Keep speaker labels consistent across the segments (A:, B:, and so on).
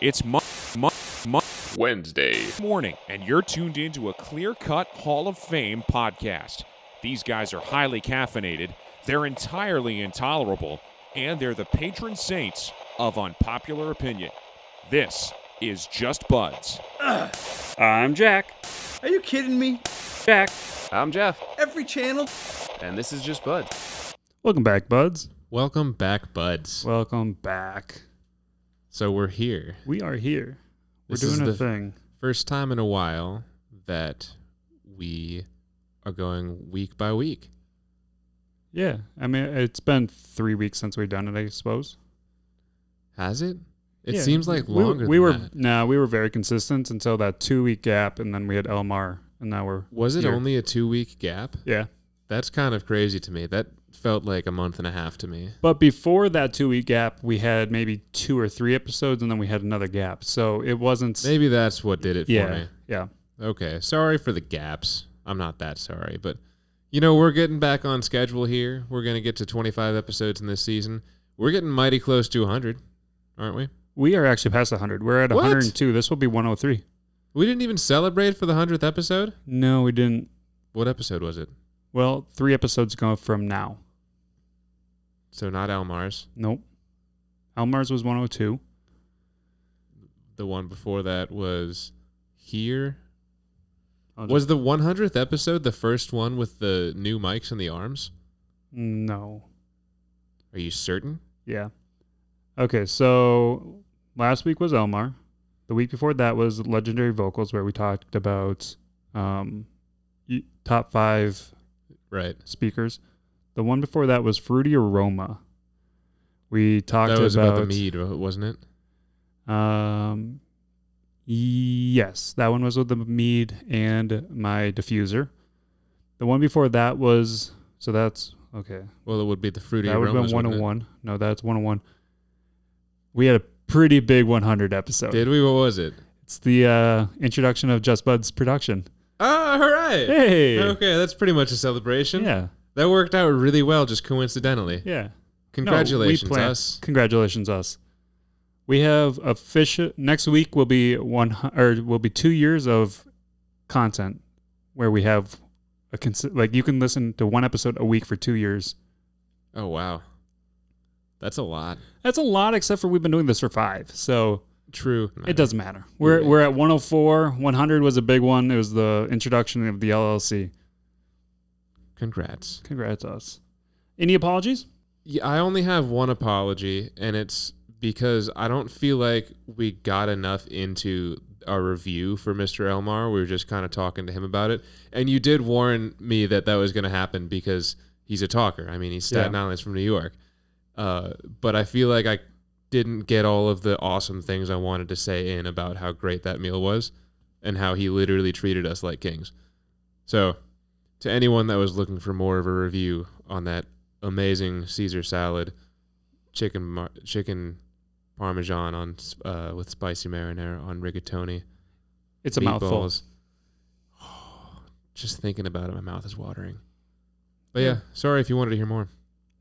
A: It's mu- mu- mu- Wednesday morning, and you're tuned into a clear cut Hall of Fame podcast. These guys are highly caffeinated, they're entirely intolerable, and they're the patron saints of unpopular opinion. This is Just Buds.
B: I'm Jack.
C: Are you kidding me?
B: Jack.
D: I'm Jeff,
C: Every channel?
D: and this is just Bud.
B: Welcome back, buds.
E: Welcome back, buds.
B: Welcome back.
E: So we're here.
B: We are here. We're
E: This is
B: doing a
E: the-
B: thing.
E: First time in a while that we are going week by week.
B: Yeah. I mean, it's been three weeks since we've done it, I suppose.
E: Has it? It
B: Yeah,
E: seems like
B: we were-
E: longer
B: We,
E: than
B: were,
E: that.
B: no, we were very consistent until that two week gap, and then we had Elmar, and now we're.
E: Was it
B: here.
E: only a two week gap?
B: Yeah.
E: That's kind of crazy to me. That felt like a month and a half to me.
B: But before that two week gap, we had maybe two or three episodes, and then we had another gap. So it wasn't. s-
E: Maybe that's what did it for
B: yeah.
E: me.
B: Yeah.
E: Okay. Sorry for the gaps. I'm not that sorry, but you know, we're getting back on schedule here. We're going to get to 25 episodes in this season. We're getting mighty close to 100, aren't we?
B: We are actually past 100. We're at
E: What?
B: 102. This will be 103.
E: We didn't even celebrate for the 100th episode?
B: No, we didn't.
E: What episode was it?
B: Well, three episodes ago from now.
E: So not Elmar's.
B: Nope. Elmar's was 102.
E: The one before that was here.
B: I'll
E: Was the 100th episode the first one with the new mics and the arms?
B: just- no.
E: Are you certain?
B: Yeah. Okay, so last week was Elmar. The week before that was Legendary Vocals, where we talked about um, y- top five
E: Right.
B: speakers. The one before that was Fruity Aroma. We talked
E: that was
B: about,
E: about, the mead, wa- wasn't it?
B: Um, yes, that one was with the mead and my diffuser. The one before that was so that's okay.
E: Well, it would be the fruity
B: that would have
E: aromas.
B: been
E: wouldn't it?
B: 101. No, that's 101. We had a pretty big 100 episode.
E: Did we? What was it?
B: it's the uh, introduction of Just Bud's production.
E: Ah, hooray!
B: Hey.
E: Okay, that's pretty much a celebration.
B: Yeah.
E: That worked out really well, just coincidentally.
B: Yeah. No, we
E: Congratulations,
B: plan-
E: us.
B: Congratulations us. We have official next week will be one hu- or will be 2 years of content where we have a consi- like you can listen to one episode a week for 2 years.
E: Oh, wow. That's a lot.
B: That's a lot except for we've been doing this for 5. So
E: True.
B: It doesn't matter. We're
E: Yeah.
B: we're at 104. 100 was a big one. It was the introduction of the LLC.
E: Congrats.
B: Congrats us. Any apologies?
E: Yeah, I only have one apology, and it's because I don't feel like we got enough into our review for Mr. Elmar. We were just kind of talking to him about it, and you did warn me that that was going to happen because he's a talker. I mean, he's Staten Island's from New York, uh, but I feel like I didn't get all of the awesome things I wanted to say in about how great that meal was and how he literally treated us like kings. So, to anyone that was looking for more of a review on that amazing Caesar salad, chicken mar- chicken parmesan on s- uh, with spicy marinara on rigatoni.
B: It's a mouthful.
E: meatballs. Just thinking about it, my mouth is watering. But yeah, sorry if you wanted to hear more.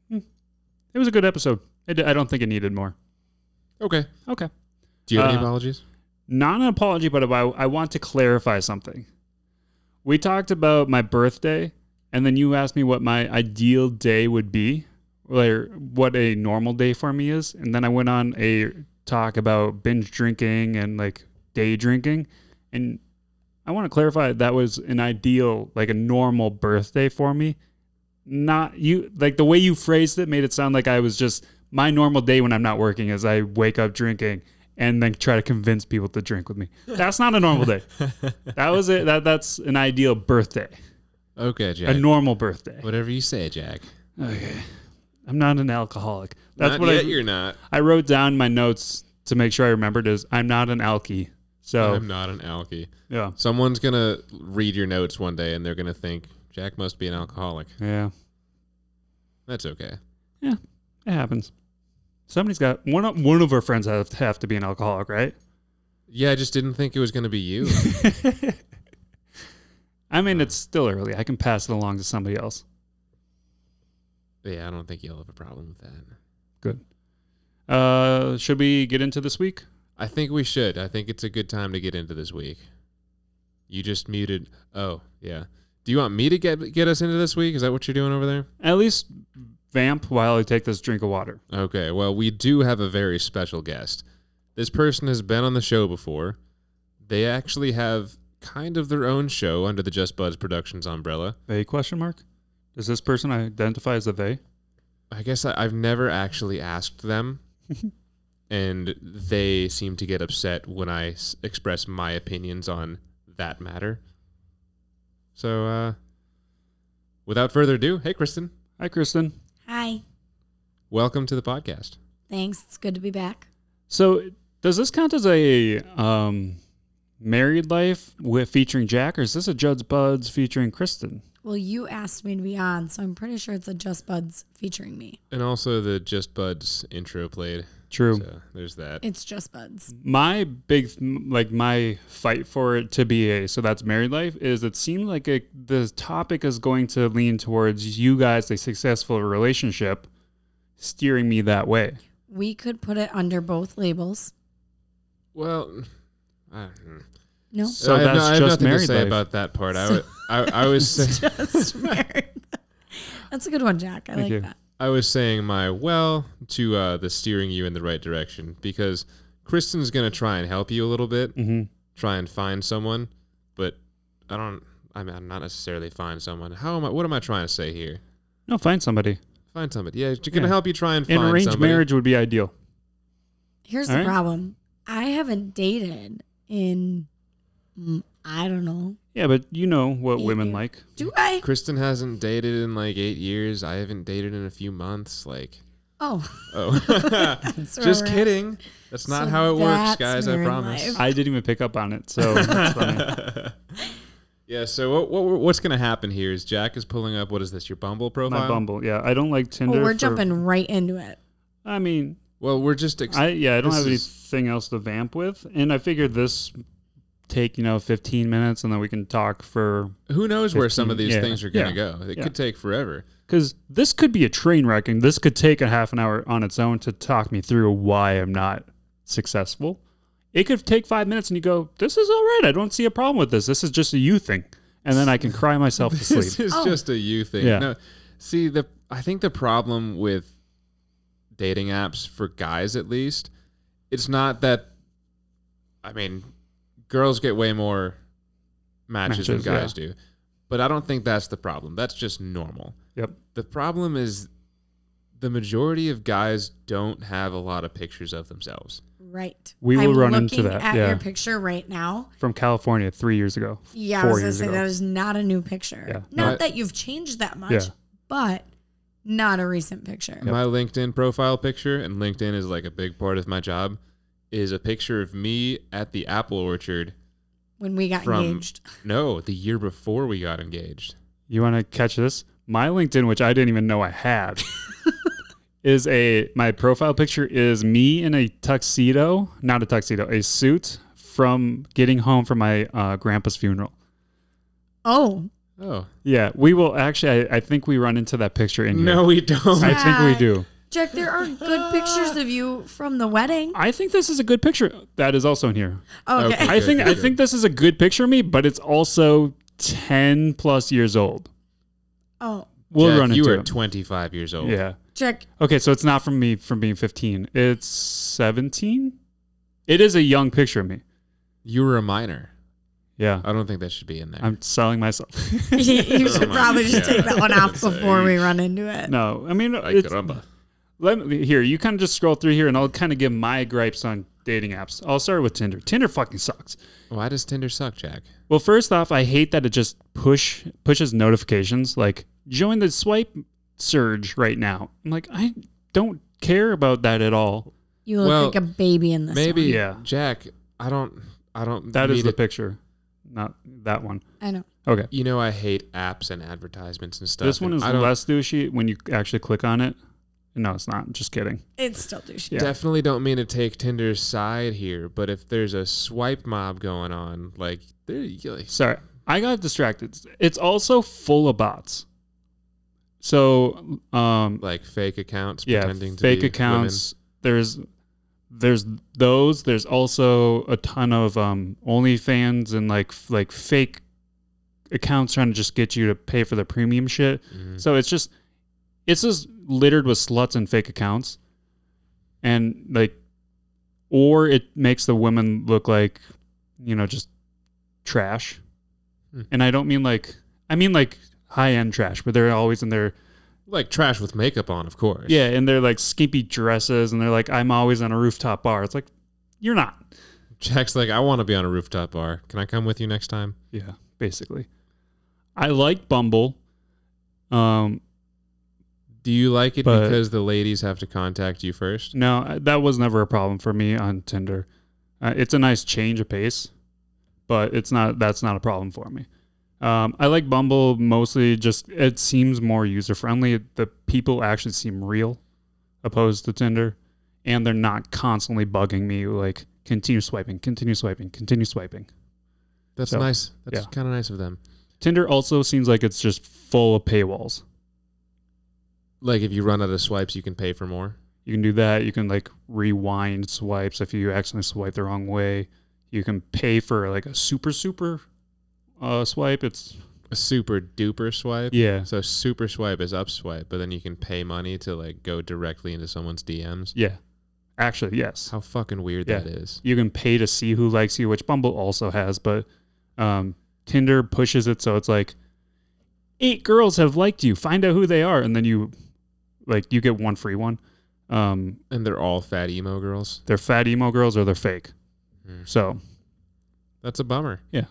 B: It was a good episode. It, I don't think it needed more.
E: Okay.
B: Okay.
E: Do you have any
B: Uh,
E: apologies?
B: Not an apology, but I, I want to clarify something. We talked about my birthday, and then you asked me what my ideal day would be, or what a normal day for me is. And then I went on a talk about binge drinking and like day drinking. And I want to clarify that was an ideal, like a normal birthday for me. Not you, like the way you phrased it made it sound like I was just my normal day when I'm not working is I wake up drinking and then try to convince people to drink with me. That's not a normal day. that was it. That that's an ideal birthday,
E: Okay,
B: a
E: Jack.
B: normal birthday.
E: Whatever you say, Jack.
B: Okay, I'm not an alcoholic. That's
E: Not
B: what
E: yet
B: I
E: you're not.
B: I wrote down my notes to make sure I remembered is I'm not an alkie. So
E: I'm not an alky.
B: yeah,
E: Someone's gonna read your notes one day, and they're gonna think Jack must be an alcoholic.
B: yeah,
E: That's okay.
B: it happens. Somebody's got one. Of, one of our friends have, have to be an alcoholic, right?
E: Yeah, I just didn't think it was gonna be you.
B: I mean, it's still early. I can pass it along to somebody else.
E: yeah, I don't think you'll have a problem with that.
B: Good. Uh, should we get into this week?
E: I think we should. I think it's a good time to get into this week. You just muted. Oh, yeah. Do you want me to get get us into this week? Is that what you're doing over there?
B: At least vamp while I take this drink of water.
E: Okay. Well, we do have a very special guest. This person has been on the show before. They actually have kind of their own show under the Just Buds Productions umbrella.
B: They question mark? Does this person identify as a they?
E: I guess I, I've never actually asked them, and they seem to get upset when I s- express my opinions on that matter. So, uh, without further ado, hey, Kristen,
B: Hi, Kristen.
F: Hi.
E: welcome to the podcast.
F: Thanks. It's good to be back.
B: So, does this count as a um, married life with featuring Jack, or is this a Judd's Buds featuring Kristen?
F: Well, you asked me to be on, so I'm pretty sure it's a Just Buds featuring me.
E: And also, the Just Buds intro played.
B: True.
E: So, there's that.
F: It's Just Buds.
B: My big, like, my fight for it to be a so that's married life is it seemed like it, the topic is going to lean towards you guys, a successful relationship, steering me that way.
F: We could put it under both labels.
E: Well, I don't know.
F: No,
B: So
E: I have, no-
B: that's
E: I have
B: just
E: nothing
B: married
E: to say
B: life.
E: about that part. I, w- I, I was say-
F: just married. That's a good one, Jack. I like
B: you.
F: that.
E: I was saying my well to uh, the steering you in the right direction because Kristen's gonna try and help you a little bit,
B: Mhm.
E: try and find someone, but I don't. I mean, I'm not necessarily find someone. How am I? What am I trying to say here?
B: No, find somebody.
E: Find somebody. Yeah, she's
B: Yeah.
E: gonna help you try and
B: An
E: find
B: arranged
E: somebody.
B: marriage would be ideal.
F: Here's
B: All
F: the
B: right.
F: problem I haven't dated in, mm, I don't know.
B: Yeah, but you know what
F: Eight
B: women
F: years.
B: like.
F: Do I?
E: Kristen hasn't dated in like eight years. I haven't dated in a few months. Like,
F: Oh,
E: oh,
F: that's where
E: just
F: we're at.
E: kidding. That's not
F: So
E: how it works,
F: that's
E: guys. I
F: married
E: promise.
F: life.
B: I didn't even pick up on it, so Oh, that's funny.
E: Yeah, so what, what what's going to happen here is Jack is pulling up what is this your Bumble profile?
B: my Bumble. Yeah, I don't like Tinder.
F: Oh, we're
B: for-
F: jumping right into it.
B: I mean,
E: Well, we're just ex-
B: I yeah, I don't
E: This
B: have
E: is-
B: anything else to vamp with, and I figured this take you know 15 minutes, and then we can talk for
E: who knows where some of
B: 15,
E: these
B: yeah,
E: things are going to
B: yeah,
E: go. It
B: yeah.
E: could take forever.
B: because this could be a train wreck, and this could take a half an hour on its own to talk me through why I'm not successful. It could take five minutes, and you go, "This is all right. I don't see a problem with this. This is just a you thing," and then I can cry myself to
E: This
B: sleep.
E: is
F: Oh.
E: just a you thing.
B: Yeah.
E: No, see the I think the problem with dating apps for guys at least, it's not that. I mean, girls get way more matches,
B: Matches,
E: than guys do, but I don't think that's the problem. That's just normal.
B: Yep.
E: The problem is the majority of guys don't have a lot of pictures of themselves.
F: Right.
B: We will
F: I'm
B: run into
F: looking
B: that,
F: At
B: yeah.
F: your picture right now,
B: From California three years ago.
F: Yeah,
B: four
F: I was gonna
B: years
F: say
B: ago.
F: that is not a new picture.
B: Yeah.
F: Not
E: No, I-
F: that you've changed that much,
B: Yeah.
F: but not a recent picture.
E: My LinkedIn profile picture, and LinkedIn is like a big part of my job, is a picture of me at the apple orchard.
F: When we got
E: From-
F: engaged,
E: No, the year before we got engaged.
B: You want to catch this? My LinkedIn, which I didn't even know I had, is a my profile picture is me in a tuxedo, not a tuxedo, a suit from getting home from my uh, grandpa's funeral.
F: oh,
E: Oh
B: Yeah, we will actually. I, I think we run into that picture in here.
E: no, we don't.
B: I think we
F: Zach.
B: do.
F: Jack, there are good pictures of you from the wedding.
B: I think this is a good picture. That is also in here.
F: Okay,
E: Okay.
B: I think I
E: good,
B: think this is a good picture of me, but it's also ten plus years old.
F: oh,
B: We'll
E: Jack,
B: run
E: you
B: into
E: are
B: it.
E: 25 years old.
B: yeah.
F: Jack,
B: Okay, so it's not from me from being 15. It's 17. It is a young picture of me.
E: you were a minor.
B: Yeah.
E: I don't think that should be in there.
B: I'm selling myself.
F: you should
E: my
F: probably just
E: God.
F: take that one off
E: It's a-
F: before we run into it.
B: no, I mean,
E: Ay,
B: it's,
E: caramba.
B: let me, here, you kind of just scroll through here and I'll kind of give my gripes on dating apps. I'll start with Tinder. Tinder fucking sucks.
E: Why does Tinder suck, Jack?
B: Well, first off, I hate that it just push pushes notifications like join the swipe surge right now. I'm like, I don't care about that at all.
F: You look
E: Well,
F: like a baby in this.
E: Maybe,
F: one.
B: Yeah.
E: Jack. I don't. I don't.
B: That is
E: mean
B: the
E: it-
B: picture, not that one.
F: I know.
B: Okay.
E: You know, I hate apps and advertisements and stuff.
B: This one
E: and
B: is
E: I don't-
B: less douchey when you actually click on it. No, it's not. Just kidding.
F: It's still douchey.
B: Yeah.
E: Definitely don't mean to take Tinder's side here, but if there's a swipe mob going on, like there, you like,
B: Sorry, I got distracted. It's also full of bots. um, So, um,
E: like fake accounts
B: yeah,
E: pretending to
B: fake
E: be
B: accounts. There's there's those. There's also a ton of um, OnlyFans and like f- like fake accounts trying to just get you to pay for the premium shit.
E: Mm-hmm.
B: So it's just it's just littered with sluts and fake accounts, and like, or it makes the women look like you know just trash.
E: Hmm.
B: And I don't mean like I mean like high end trash, but they're always in their
E: Like trash with makeup on, of course.
B: yeah, and they're like skimpy dresses, and they're like, I'm always on a rooftop bar. It's like, you're not.
E: Jack's like, I want to be on a rooftop bar. Can I come with you next time?
B: Yeah, basically. I like Bumble. Um,
E: Do you like it
B: But-
E: because the ladies have to contact you first?
B: no, I- uh, that was never a problem for me on Tinder. Uh, it's a nice change of pace, but it's not. That's not a problem for me. Um, I like Bumble mostly. Just it seems more user friendly. The people actually seem real, opposed to Tinder, and they're not constantly bugging me like continue swiping, continue swiping, continue swiping.
E: That's
B: So,
E: nice. That's
B: yeah.
E: kind of nice of them.
B: Tinder also seems like it's just full of paywalls.
E: Like if you run out of swipes, you can pay for more.
B: You can do that. You can like rewind swipes if you accidentally swipe the wrong way. You can pay for like a super super uh, swipe. It's
E: A super duper swipe.
B: yeah,
E: So super swipe is up swipe, but then you can pay money to like go directly into someone's DMs.
B: yeah. Actually, yes.
E: How fucking weird
B: Yeah.
E: that is.
B: You can pay to see who likes you, which Bumble also has, but um, Tinder pushes it so it's like eight girls have liked you. Find out who they are, and then you like you get one free one. Um,
E: And they're all fat emo girls.
B: they're fat emo girls or they're fake.
E: Hmm.
B: So
E: That's a bummer.
B: All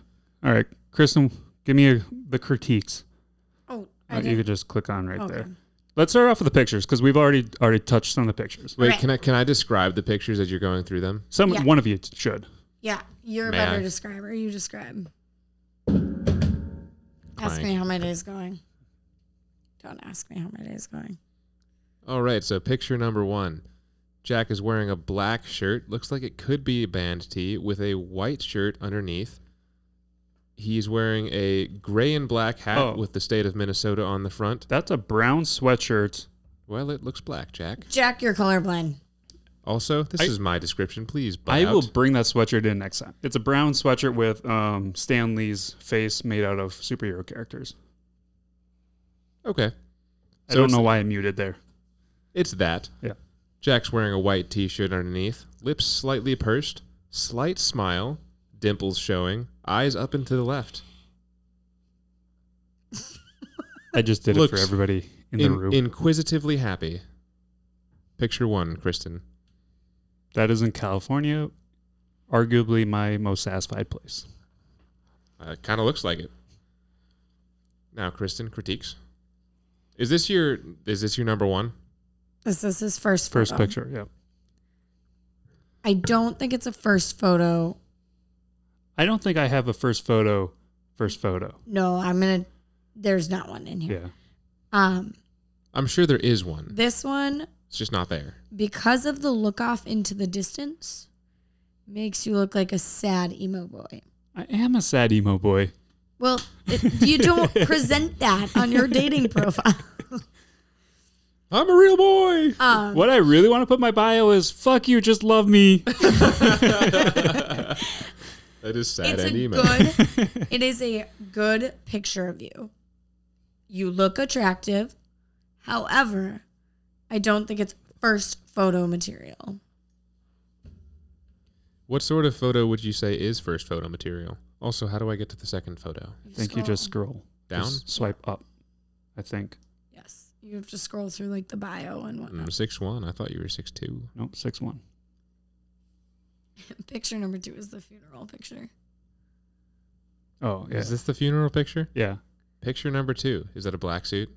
B: right, Kristen, give me a, the critiques.
F: Oh,
B: Uh, you could just click on right
F: okay.
B: there. Let's start off with the pictures because we've already already touched on the pictures.
E: Wait,
F: Right.
E: can I can I describe the pictures as you're going through them?
B: Some
F: Yeah.
B: one of you t- should.
F: Yeah, you're a
E: Man.
F: better describer. You describe. Ask
E: Clank.
F: me how my day's going. Don't ask me how my day's going.
E: All right, so picture number one. Jack is wearing a black shirt, looks like it could be a band tee, with a white shirt underneath. He's wearing a gray and black hat
B: Oh.
E: with the state of Minnesota on the front.
B: That's a brown sweatshirt.
E: Well, it looks black, Jack.
F: Jack, you're colorblind.
E: Also, this
B: I-
E: is my description. Please, butt
B: I will
E: out.
B: bring that sweatshirt in next time. It's a brown sweatshirt with um, Stan Lee's face made out of superhero characters.
E: Okay,
B: I
E: So
B: don't
E: it's-
B: know why I muted there.
E: it's that.
B: Yeah.
E: Jack's wearing a white t-shirt underneath, lips slightly pursed, slight smile, dimples showing, eyes up and to the left.
B: I just did it
E: Looks
B: for everybody in, the
E: In-
B: room.
E: Inquisitively happy. Picture one, Kristen.
B: that is in California, arguably my most satisfied place.
E: Uh, kind of looks like it. Now, Kristen critiques. Is this your is this your number one?
F: This is his first
B: First
F: photo.
B: picture, yeah.
F: I don't think it's a first photo.
B: I don't think I have a first photo. First photo.
F: No, I'm gonna. There's not one in here.
B: Yeah.
F: Um,
E: I'm sure there is one.
F: this one
E: It's just not there.
F: because of the look off into the distance makes you look like a sad emo boy.
B: I am a sad emo boy.
F: Well, it, you don't present that on your dating profile.
E: I'm a real boy.
F: Um,
B: What I really want to put in my bio is "fuck you, just love me."
E: That is sad
F: it's
E: and
F: a
E: emo.
F: good. It is a good picture of you. You look attractive. However, I don't think it's first photo material.
E: What sort of photo would you say is first photo material? Also, how do I get to the second photo?
B: I think you just scroll
E: Down?
B: Just swipe up. I think.
F: Yes, you have to scroll through like the bio and whatnot.
E: I'm six one. I thought you were six two.
B: Nope, six one. Mm.
F: Picture number two is the funeral picture.
B: Oh yeah,
E: Is this the funeral picture?
B: yeah.
E: Picture number two. Is that a black suit?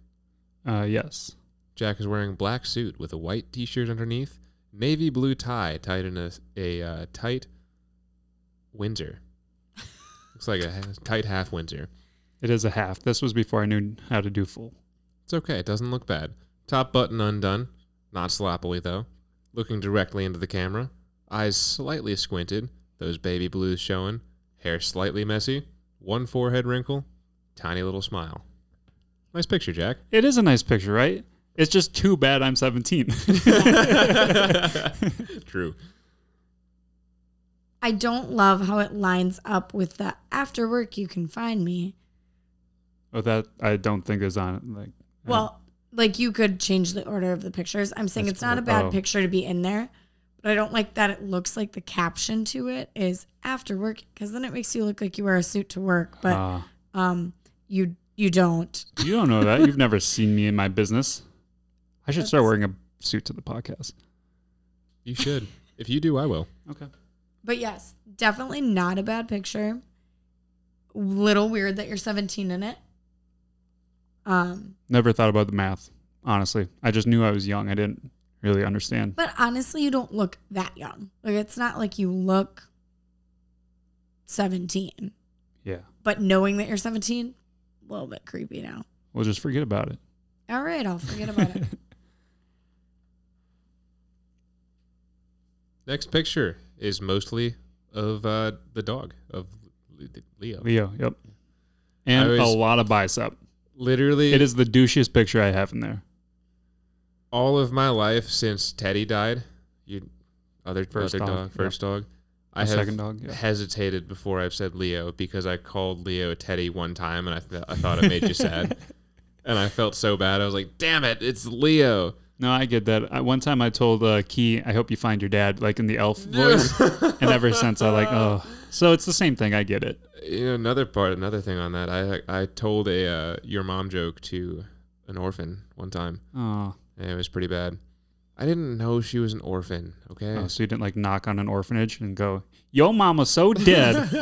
B: Uh, yes.
E: Jack is wearing a black suit with a white t-shirt underneath, navy blue tie tied in a, a uh, tight Windsor. Looks like a ha- tight half Windsor.
B: It is a half. This was before I knew how to do full.
E: It's okay. It doesn't look bad. Top button undone, not sloppily though. Looking directly into the camera, eyes slightly squinted, those baby blues showing, hair slightly messy, one forehead wrinkle, tiny little smile. Nice picture, Jack.
B: It is a nice picture, right? It's just too bad I'm 17.
E: True.
F: I don't love how it lines up with the after work you can find me.
B: Oh, that I don't think is on it. Like, I
F: Well, like you could change the order of the pictures. I'm saying
B: That's
F: it's not a
B: cool.
F: bad
B: Oh.
F: picture to be in there, but I don't like that it looks like the caption to it is after work because then it makes you look like you wear a suit to work, but
B: Ah.
F: um, you you don't.
B: you don't know that. You've never seen me in my business. I should start wearing a suit to the podcast.
E: You should. if you do, I will.
B: Okay.
F: But yes, definitely not a bad picture. Little weird that you're 17 in it. Um,
B: Never thought about the math, honestly. I just knew I was young. I didn't really understand.
F: but honestly, you don't look that young. Like it's not like you look 17.
B: Yeah.
F: But knowing that you're 17, a little bit creepy now.
B: We'll just forget about it.
F: All right, I'll forget about it.
E: Next picture is mostly of uh, the dog of Le- Leo.
B: Leo, yep. And
E: I
B: a
E: always-
B: lot of bicep.
E: Literally,
B: It is the douchiest picture I have in there.
E: all of my life since Teddy died. You other
B: First
E: other
B: dog,
E: dog,
B: yeah.
E: first dog. I
B: The
E: have
B: second dog, yeah.
E: hesitated before I've said Leo because I called Leo Teddy one time and I, th- I thought it made you sad, and I felt so bad. I was like, "Damn it, it's Leo."
B: No, I get that. I, one time I told uh, Key, I hope you find your dad, like in the elf voice. and ever since I like, oh. So it's the same thing. I get it.
E: You know, another part, another thing on that. I I told a uh, your mom joke to an orphan one time.
B: Oh.
E: And it was pretty bad. I didn't know she was an orphan. Okay.
B: oh. So you didn't like knock on an orphanage and go, yo, mama's so dead.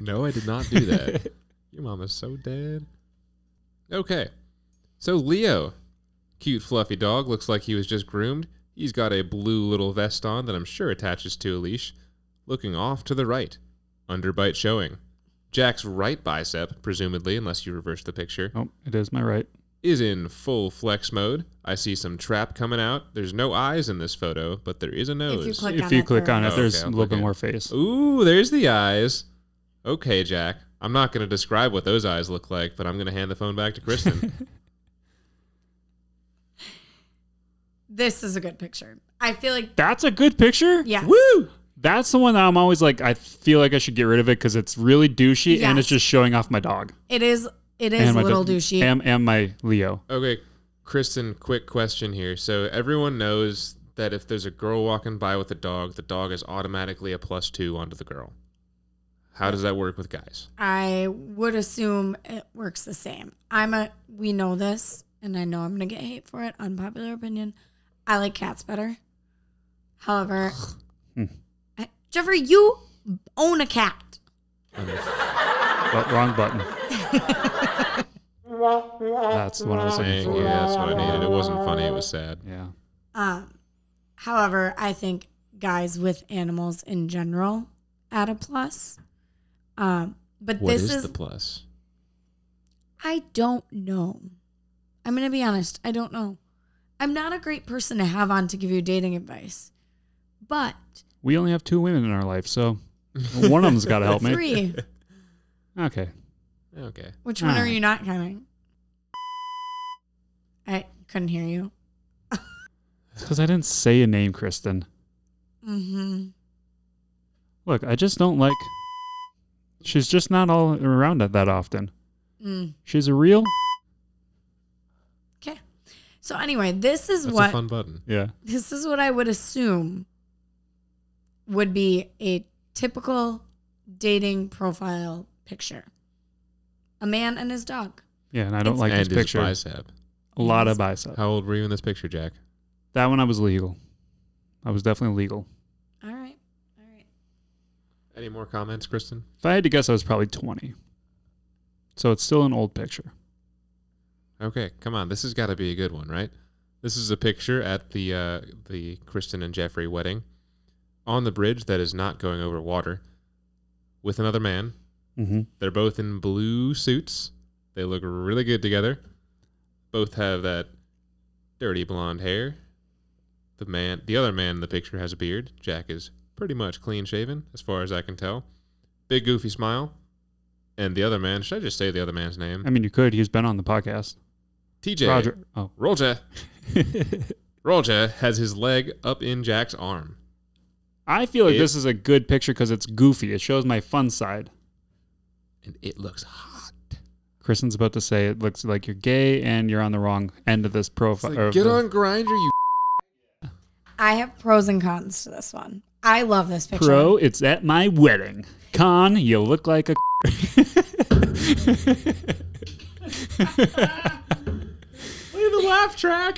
E: no, I did not do that. Your mama's so dead. Okay. So Leo, cute fluffy dog, looks like he was just groomed. He's got a blue little vest on that I'm sure attaches to a leash. Looking off to the right, underbite showing. Jack's right bicep, presumably, unless you reverse the picture,
B: oh, it is my right.
E: is in full flex mode. I see some trap coming out. There's no eyes in this photo, but there is a nose.
F: click
B: if
F: on
B: you
F: it,
B: click
F: there
B: on
E: it
B: it, there's
E: is.
B: a
E: Oh, Okay, I'll
B: little
E: click
B: bit
E: it.
B: more face.
E: Ooh, there's the eyes. Okay, Jack. I'm not going to describe what those eyes look like, but I'm going to hand the phone back to Kristen.
F: This is a good picture. I feel like
B: That's a good picture.
F: Yes.
B: Woo. That's the one that I'm always like, I feel like I should get rid of it because it's really douchey and it's
F: Yes.
B: just showing off my dog.
F: it is it is
B: and
F: a
B: my
F: little
B: do-
F: douchey.
B: And, and my Leo.
E: okay, Kristen, quick question here. So everyone knows that if there's a girl walking by with a dog, the dog is automatically a plus two onto the girl. How does that work with guys?
F: I would assume it works the same. I'm a we know this, and I know I'm gonna get hate for it. Unpopular opinion. I like cats better. However, I- Jeffrey, you own a cat.
B: But wrong button. That's the one I was looking
E: Thank
B: for.
E: you. That's what I needed. It wasn't funny. It was sad.
B: Yeah.
F: Um, however, I think guys with animals in general at a plus. Um, but
E: What
F: this
E: is
F: is
E: the plus?
F: I don't know. I'm going to be honest. I don't know. I'm not a great person to have on to give you dating advice, but
B: We only have two women in our life, so one of them's got to help me.
F: three.
B: Okay.
E: Okay.
F: Which one are
B: Alright.
F: you not counting? I couldn't hear you.
B: Because I didn't say a name, Kristen.
F: Mm-hmm.
B: Look, I just don't like. She's just not all around it that often.
F: Mm.
B: She's a real.
F: Okay. So anyway, this is
E: That's a
F: what
E: fun button.
B: Yeah.
F: this is what I would assume would be a typical dating profile picture. A man and his dog.
B: Yeah, and I don't like
E: and
B: this
E: his
B: picture.
E: bicep.
B: A lot of bicep.
E: How old were you in this picture, Jack?
B: That one I was legal. I was definitely legal.
F: All right. All right.
E: Any more comments, Kristen?
B: If I had to guess, I was probably 20. So it's still an old picture.
E: Okay, come on. This has got to be a good one, right? This is a picture at the uh, the Kristen and Jeffrey wedding on the bridge that is not going over water with another man.
B: Mm-hmm.
E: They're both in blue suits. They look really good together. Both have that dirty blonde hair. The man, the other man in the picture has a beard. Jack is pretty much clean shaven, as far as I can tell. Big goofy smile. And the other man, should I just say the other man's name?
B: I mean, you could. He's been on the podcast.
E: TJ.
B: Roger. Oh.
E: Roger. Roger has his leg up in Jack's arm.
B: I feel like
E: It-
B: this is a good picture because it's goofy. It shows my fun side.
E: and it looks hot.
B: Kristen's about to say it looks like you're gay and you're on the wrong end of this
E: It's
B: profile.
E: like, get on grinder, you.
F: I have pros and cons to this one. I love this picture.
B: Pro, it's at my wedding. Con, you look like a.
E: Leave the laugh track.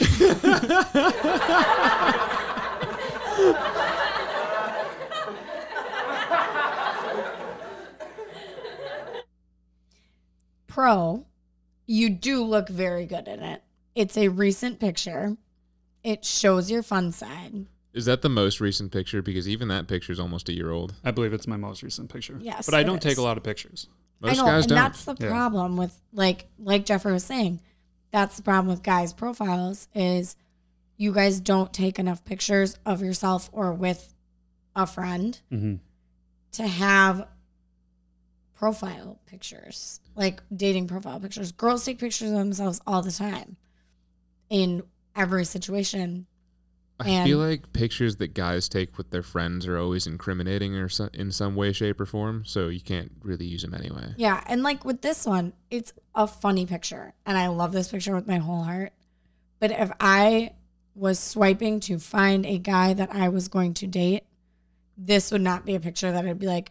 F: Pro, you do look very good in it. It's a recent picture. It shows your fun side.
E: Is that the most recent picture? Because even that picture is almost a year old.
B: I believe it's my most recent picture.
F: Yes,
B: But I
F: it
B: don't take
F: is.
B: a lot of pictures.
E: Most
F: I know,
E: guys
F: and
E: don't.
F: that's the
B: Yeah.
F: problem with like like Jeffrey was saying. That's the problem with guys' profiles is you guys don't take enough pictures of yourself or with a friend
B: Mm-hmm.
F: to have profile pictures, like dating profile pictures. Girls take pictures of themselves all the time in every situation.
E: I
F: and-
E: feel like pictures that guys take with their friends are always incriminating or so, in some way, shape, or form. So you can't really use them anyway.
F: Yeah. And like with this one, it's a funny picture. And I love this picture with my whole heart. But if I was swiping to find a guy that I was going to date, this would not be a picture that I'd be like,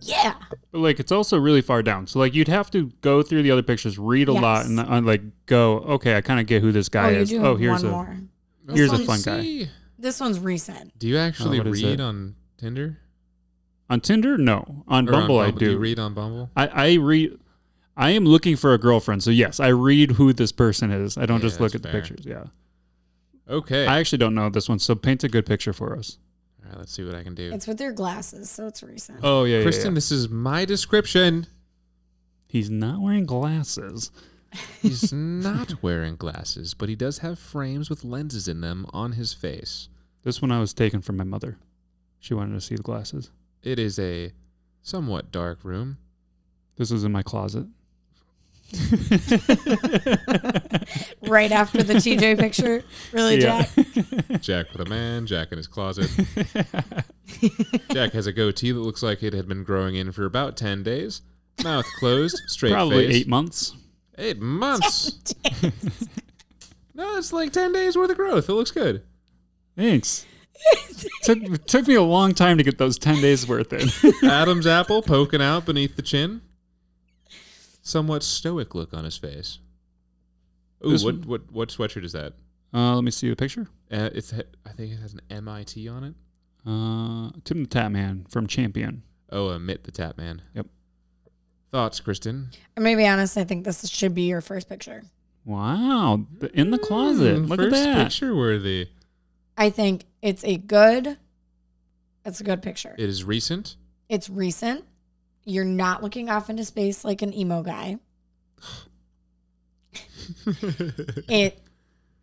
F: yeah.
B: But like it's also really far down. So like you'd have to go through the other pictures, read a lot,
F: Yes.
B: and uh, like go, okay, I kind of get who this guy
F: oh, you
B: is.
F: do have
B: oh, here's
F: one
B: a
F: more.
B: here's a
F: Let's
B: fun guy. Oh,
E: See?
F: This one's recent.
E: Do you actually
B: what is it?
E: read on Tinder?
B: On Tinder, no. On
E: Or
B: Bumble,
E: on
B: I
E: Do
B: do.
E: you read on Bumble?
B: I, I read. I am looking for a girlfriend, so yes, I read who this person is. I don't
E: Yeah,
B: just look at
E: that's
B: the
E: fair.
B: pictures. Yeah,
E: Okay.
B: I actually don't know this one, so paint a good picture for us.
E: All right, let's see what I can do.
F: It's with their glasses, so it's recent.
B: Oh yeah,
E: Kristen,
B: Kristen,
E: this is my description.
B: he's not wearing glasses.
E: He's not wearing glasses, but he does have frames with lenses in them on his face.
B: This one I was taken from my mother. She wanted to see the glasses.
E: It is a somewhat dark room.
B: This is in my closet.
F: right after the TJ picture. Really,
B: Yeah.
F: Jack?
E: Jack put a man, Jack in his closet. Jack has a goatee that looks like it had been growing in for about 10 days. Mouth closed, straight
B: Probably
E: face.
B: eight months.
E: Eight months. no, it's like 10 days worth of growth. It looks good.
B: Thanks. took took me a long time to get those ten days worth in.
E: Adam's apple poking out beneath the chin. Somewhat stoic look on his face. Ooh,
B: This
E: what, what what sweatshirt is that?
B: uh, let me see the picture.
E: Uh, it's I think it has an MIT on it.
B: Uh, Tim the Tap Man from Champion.
E: Oh, a Mitt the Tap Man.
B: Yep.
E: Thoughts, Kristen?
F: I'm going to be honest. I think this should be your first picture.
B: Wow, th- in the closet.
E: Mm,
B: Look
E: first
B: at that.
E: picture worthy.
F: I think it's a good, it's a good picture.
E: It is recent.
F: It's recent. You're not looking off into space like an emo guy. it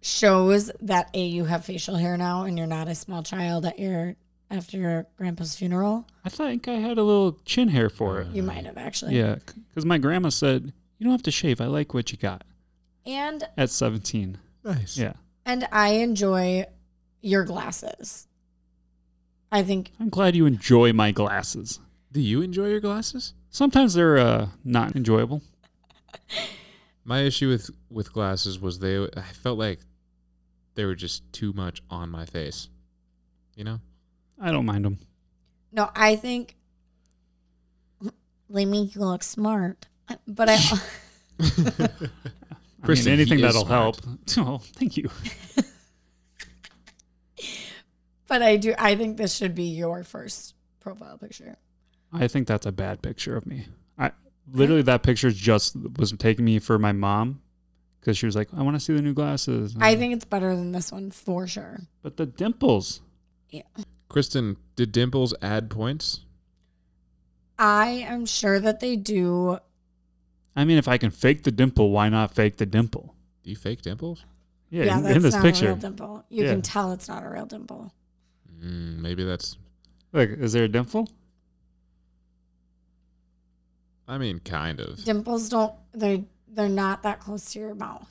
F: shows that a you have facial hair now and you're not a small child at your after your grandpa's funeral.
B: I think I had a little chin hair for it.
F: You might have actually.
B: Yeah, because my grandma said you don't have to shave. I like what you got
F: And
B: at 17.
E: Nice.
B: Yeah,
F: and I enjoy your glasses. I think
B: I'm glad you enjoy my glasses.
E: Do you enjoy your glasses?
B: Sometimes they're uh, not enjoyable.
E: My issue with with glasses was they. I felt like they were just too much on my face. You know.
B: I don't mind them.
F: no, I think they make you look smart. But I
B: I mean,
E: Kristen, he
B: anything
E: is
B: that'll
E: smart.
B: help. Oh, thank you.
F: But I do. I think this should be your first profile picture.
B: I think that's a bad picture of me. I literally that picture just was taking me for my mom because she was like, "I want to see the new glasses."
F: I think it's better than this one for sure.
B: but the dimples.
E: Kristen, did dimples add points?
F: I am sure that they do.
B: I mean, if I can fake the dimple, why not fake the dimple?
E: Do you fake dimples?
B: Yeah,
F: Yeah,
B: in,
F: that's
B: in this
F: not a real
B: picture.
F: dimple. You
B: Yeah.
F: can tell it's not a real dimple.
E: Mm, maybe that's.
B: Look, is there a dimple?
E: I mean, kind of.
F: Dimples don't. They they're not that close to your mouth.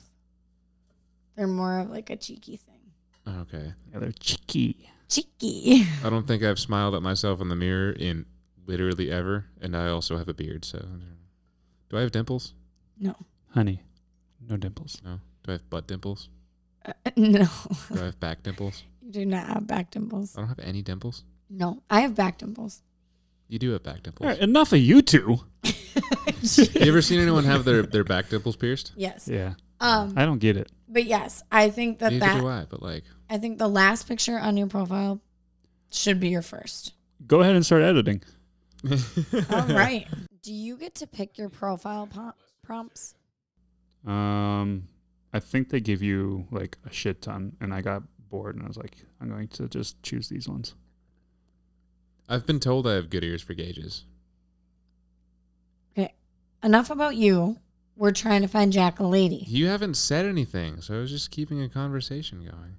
F: They're more of like a cheeky thing.
E: Okay.
B: Yeah, they're cheeky.
F: cheeky.
E: I don't think I've smiled at myself in the mirror in literally ever, and I also have a beard. So, do I have dimples?
F: No.
B: Honey, no dimples.
E: No. Do I have butt dimples?
F: Uh, no.
E: Do I have back dimples?
F: You do not have back dimples.
E: I don't have any dimples.
F: No. I have back dimples.
E: You do have back dimples.
B: All right, enough of you two.
E: You ever seen anyone have their, their back dimples pierced?
F: Yes.
B: Yeah,
F: Um
B: I don't get it.
F: but yes, I think that
E: Neither do
F: that
E: I. But like,
F: I think the last picture on your profile should be your first.
B: Go ahead and start editing.
F: All right. Do you get to pick your profile pom- prompts?
B: Um, I think they give you like a shit ton, and I got bored, and I was like, I'm going to just choose these ones.
E: I've been told I have good ears for gauges.
F: Okay. Enough about you. We're trying to find Jack a lady.
E: You haven't said anything, so I was just keeping a conversation going.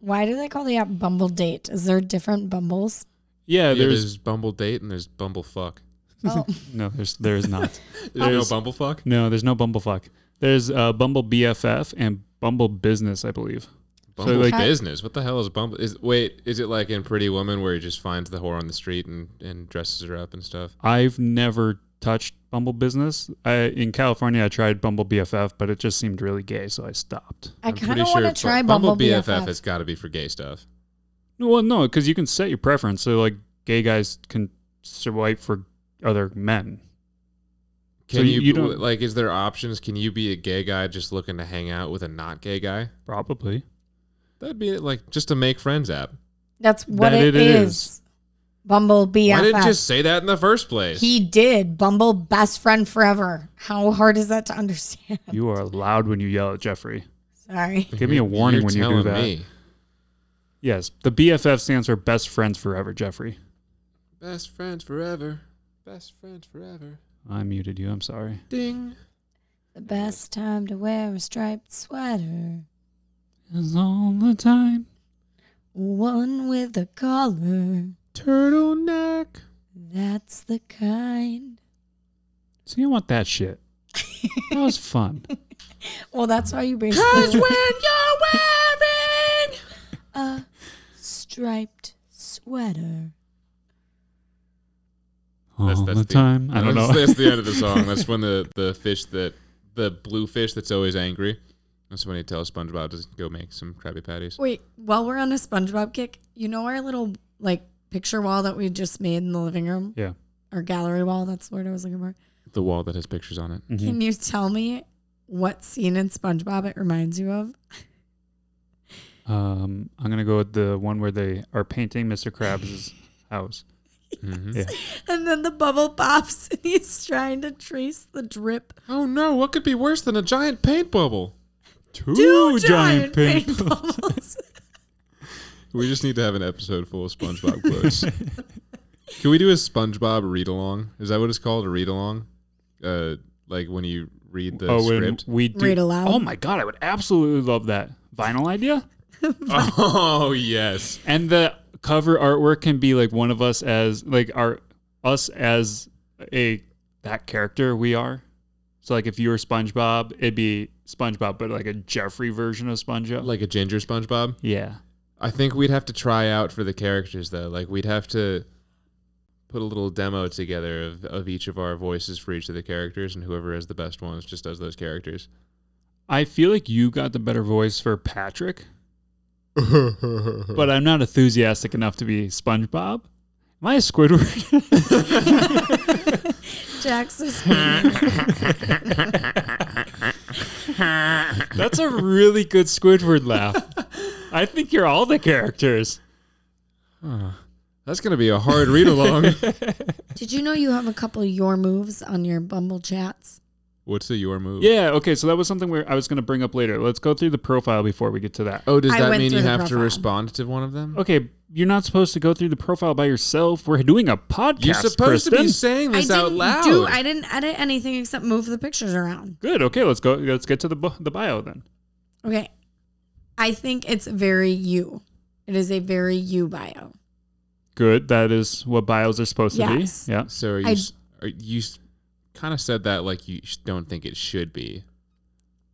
F: Why do they call the app Bumble Date? Is there different Bumbles?
B: Yeah,
E: Yeah,
B: there's,
E: there's, Bumble Date and there's Bumble Fuck.
F: Oh,
B: no, there's there is not.
E: Is there no Bumble Fuck?
B: no, there's no Bumblefuck. There's uh, Bumble BFF and Bumble Business, I believe.
E: Bumble
B: like-
E: Business. What the hell is Bumble? Is wait, is it like in Pretty Woman where he just finds the whore on the street and and dresses her up and stuff?
B: I've never touched Bumble Business. I in California, I tried Bumble BFF, but it just seemed really gay, so I stopped.
F: I
E: I'm
F: kind
E: pretty
F: of want
E: sure
F: to try
E: Bu-
F: Bumble, BFF.
E: BFF has got to be for gay stuff.
B: Well, no, because you can set your preference. So, like, gay guys can swipe for other men.
E: Can
B: So
E: you,
B: you
E: b-
B: don't-
E: like? Is there options? Can you be a gay guy just looking to hang out with a not gay guy?
B: Probably.
E: That'd be like just a make friends app.
F: That's what
B: That
F: it
B: it
F: is.
B: is.
F: Bumble BFF.
E: Why didn't you say that in the first place?
F: he did. Bumble best friend forever. How hard is that to understand?
B: You are loud when you yell at Jeffrey.
F: Sorry.
B: Give me a
E: You're-
B: warning
E: you're
B: when you do
E: telling
B: that.
E: me.
B: Yes, the BFF stands for best friends forever, Jeffrey.
E: Best friends forever. Best friends forever.
B: I muted you. I'm sorry.
E: Ding.
F: The best time to wear a striped sweater.
B: It's all the time.
F: One with a collar.
E: Turtleneck.
F: That's the kind.
B: See, I want that shit. That was fun.
F: Well, that's why you basically
E: you're wearing.
F: a striped sweater.
B: all
E: That's, that's
B: the time. I don't
E: that's,
B: know.
E: That's the end of the song. That's when the, the fish that the blue fish that's always angry. That's when he tells SpongeBob to go make some Krabby Patties.
F: Wait, while we're on a SpongeBob kick, you know our little like picture wall that we just made in the living room
B: yeah.
F: or gallery wall? That's the word I was looking for.
E: The wall that has pictures on it.
B: Mhm.
F: Can you tell me what scene in SpongeBob it reminds you of?
B: Um, I'm gonna go with the one where they are painting Mr. Krabs' house.
E: Mhm.
B: Yeah.
F: And then the bubble pops and he's trying to trace the drip.
E: Oh no! What could be worse than a giant paint bubble?
B: Two,
F: bubbles.
E: We just need to have an episode full of SpongeBob quotes. Can we do a SpongeBob read along? Is that what it's called? A read along? Uh, like when you read the
B: oh, when
E: script.
B: we do.
F: Read aloud.
B: Oh my god, I would absolutely love that vinyl idea.
E: Oh yes.
B: And the cover artwork can be like one of us as like our us as a that character we are. So like if you were SpongeBob, it'd be SpongeBob, but like a Jeffrey version of SpongeBob.
E: Like a ginger SpongeBob.
B: yeah,
E: I think we'd have to try out for the characters though. Like we'd have to put a little demo together of, of each of our voices for each of the characters and whoever has the best ones just does those characters.
B: I feel like you got the better voice for Patrick,
E: but Uh-huh.
B: but I'm not enthusiastic enough to be SpongeBob. Am I a Squidward?
F: Jack's a speed.
B: That's a really good Squidward laugh. I think you're all the characters.
E: that's gonna be a hard read along.
F: Did you know you have a couple your moves on your Bumble chats?
E: What's the your move?
B: Yeah, okay, so that was something where I was going to bring up later. Let's go through the profile before we get to that.
E: Oh, does
F: I
E: that
F: went
E: mean
F: through
E: you
F: the
E: have to
F: profile.
E: respond to one of them?
B: Okay, you're not supposed to go through the profile by yourself. We're doing a podcast.
E: You're supposed to
B: Kristen.
E: be saying this
F: I
E: out
F: didn't
E: loud.
F: do. I didn't edit anything except move the pictures around.
B: Good. Okay, let's go. Let's get to the bu- the bio then.
F: Okay, I think it's very you. It is a very you bio.
B: Good. That is what bios are supposed
F: Yes.
B: to be. Yeah.
E: so are you,
F: I-
E: s- are you kind of said that like you sh- don't think it should be.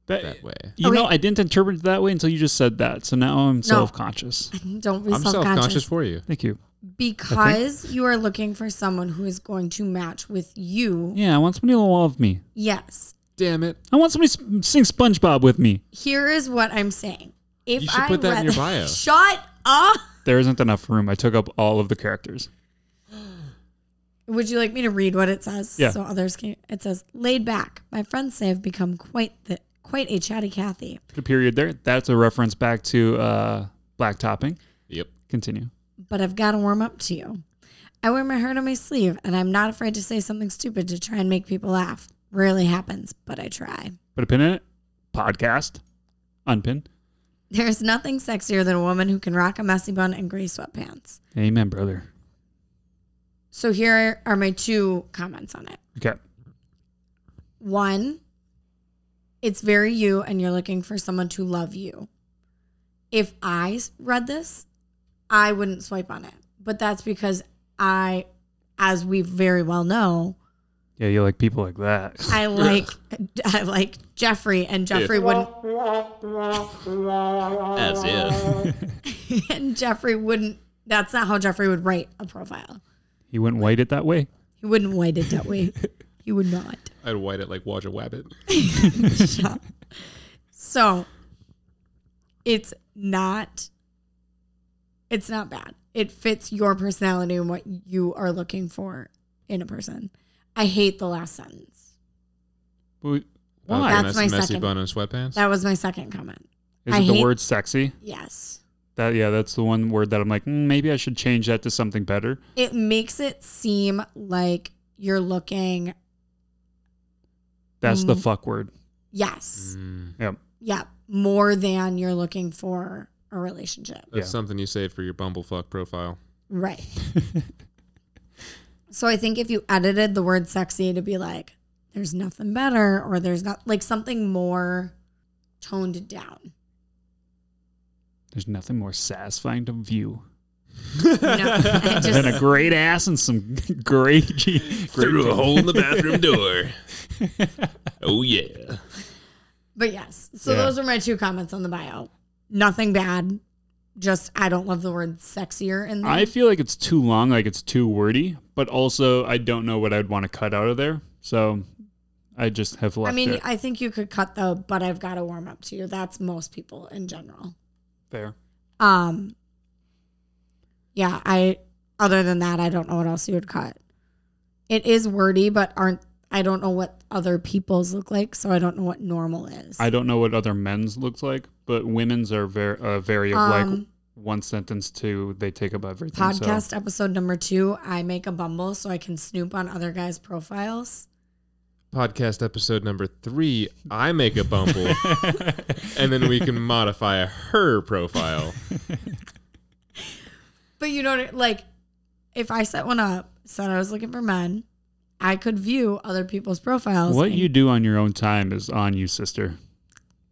B: That,
E: that way.
B: You know,
F: Okay.
B: I didn't interpret it that way until you just said that. So now I'm self conscious.
F: Don't be
E: I'm self conscious
F: self-conscious
E: for you.
B: Thank you.
F: because you are looking for someone who is going to match with you.
B: Yeah, I want somebody to love me.
F: Yes.
E: Damn it.
B: I want somebody to sing SpongeBob with me.
F: Here is what I'm saying. If
E: You should
F: I
E: put that in your
F: rather-
E: bio.
F: Shut up.
B: There isn't enough room. I took up all of the characters.
F: Would you like me to read what it says?
B: Yeah.
F: So others can. It says, "Laid back. My friends say I've become quite the quite a chatty Cathy,
B: Put a period there. That's a reference back to uh, black topping.
E: Yep.
B: Continue.
F: but I've got to warm up to you. I wear my heart on my sleeve, and I'm not afraid to say something stupid to try and make people laugh. Rarely happens, but I try.
B: Put a pin in it. Podcast. Unpin.
F: There is nothing sexier than a woman who can rock a messy bun and gray sweatpants."
B: Amen, brother.
F: So here are my two comments on it.
B: Okay.
F: One, it's very you and you're looking for someone to love you. If I s- read this, I wouldn't swipe on it. But that's because I, as we very well know,
B: Yeah, you like people like that.
F: I like I like Jeffrey and Jeffrey wouldn't
E: As if.
F: and Jeffrey wouldn't that's not how Jeffrey would write a profile.
B: He wouldn't white it that way.
F: He wouldn't write it that way. he would not.
E: I'd white it like Roger Rabbit.
F: Shut. So it's not it's not bad. It fits your personality and what you are looking for in a person. I hate the last sentence.
B: Why?
E: Okay,
F: That's
E: mess-
F: my
E: messy
F: second.
E: bun and sweatpants.
F: That was my second comment.
B: Is
F: I
B: it the
F: hate-
B: word sexy?
F: Yes.
B: That yeah, that's the one word that I'm like, mm, maybe I should change that to something better.
F: It makes it seem like you're looking
B: That's the
F: Mm.
B: fuck word.
F: yes.
E: Mm,
B: Yep.
F: Yeah, more than you're looking for a relationship.
B: Yeah.
E: that's something you save for your bumblefuck profile.
F: Right. so I think if you edited the word sexy to be like, there's nothing better, or there's not like something more toned down.
B: There's nothing more satisfying to view
F: No, I
B: than
F: just,
B: a great ass and some great. G- great
E: hole in the bathroom door. oh yeah.
F: but yes. So
B: Yeah.
F: those are my two comments on the bio. Nothing bad. Just I don't love the word sexier in there.
B: I feel like it's too long, like it's too wordy, but also I don't know what I'd want to cut out of there, so I just have
F: I
B: left
F: mean,
B: it
F: I think you could cut the but I've got to warm up to you. That's most people in general.
B: there.
F: Um Yeah, I other than that, I don't know what else you would cut. It is wordy, but aren't I don't know what other people's look like, so I don't know what normal is.
B: I don't know what other men's looks like, but women's are very uh, vary of like
F: Um,
B: one sentence to they take up everything.
F: Podcast episode number two, I make a bumble so I can snoop on other guys' profiles.
E: Podcast episode number three. I make a bumble, and then we can modify her profile.
F: But you know what I- like if I set one up, said I was looking for men, I could view other people's
B: So
F: profiles.
B: what
F: and
B: you do on your own time is on you, sister.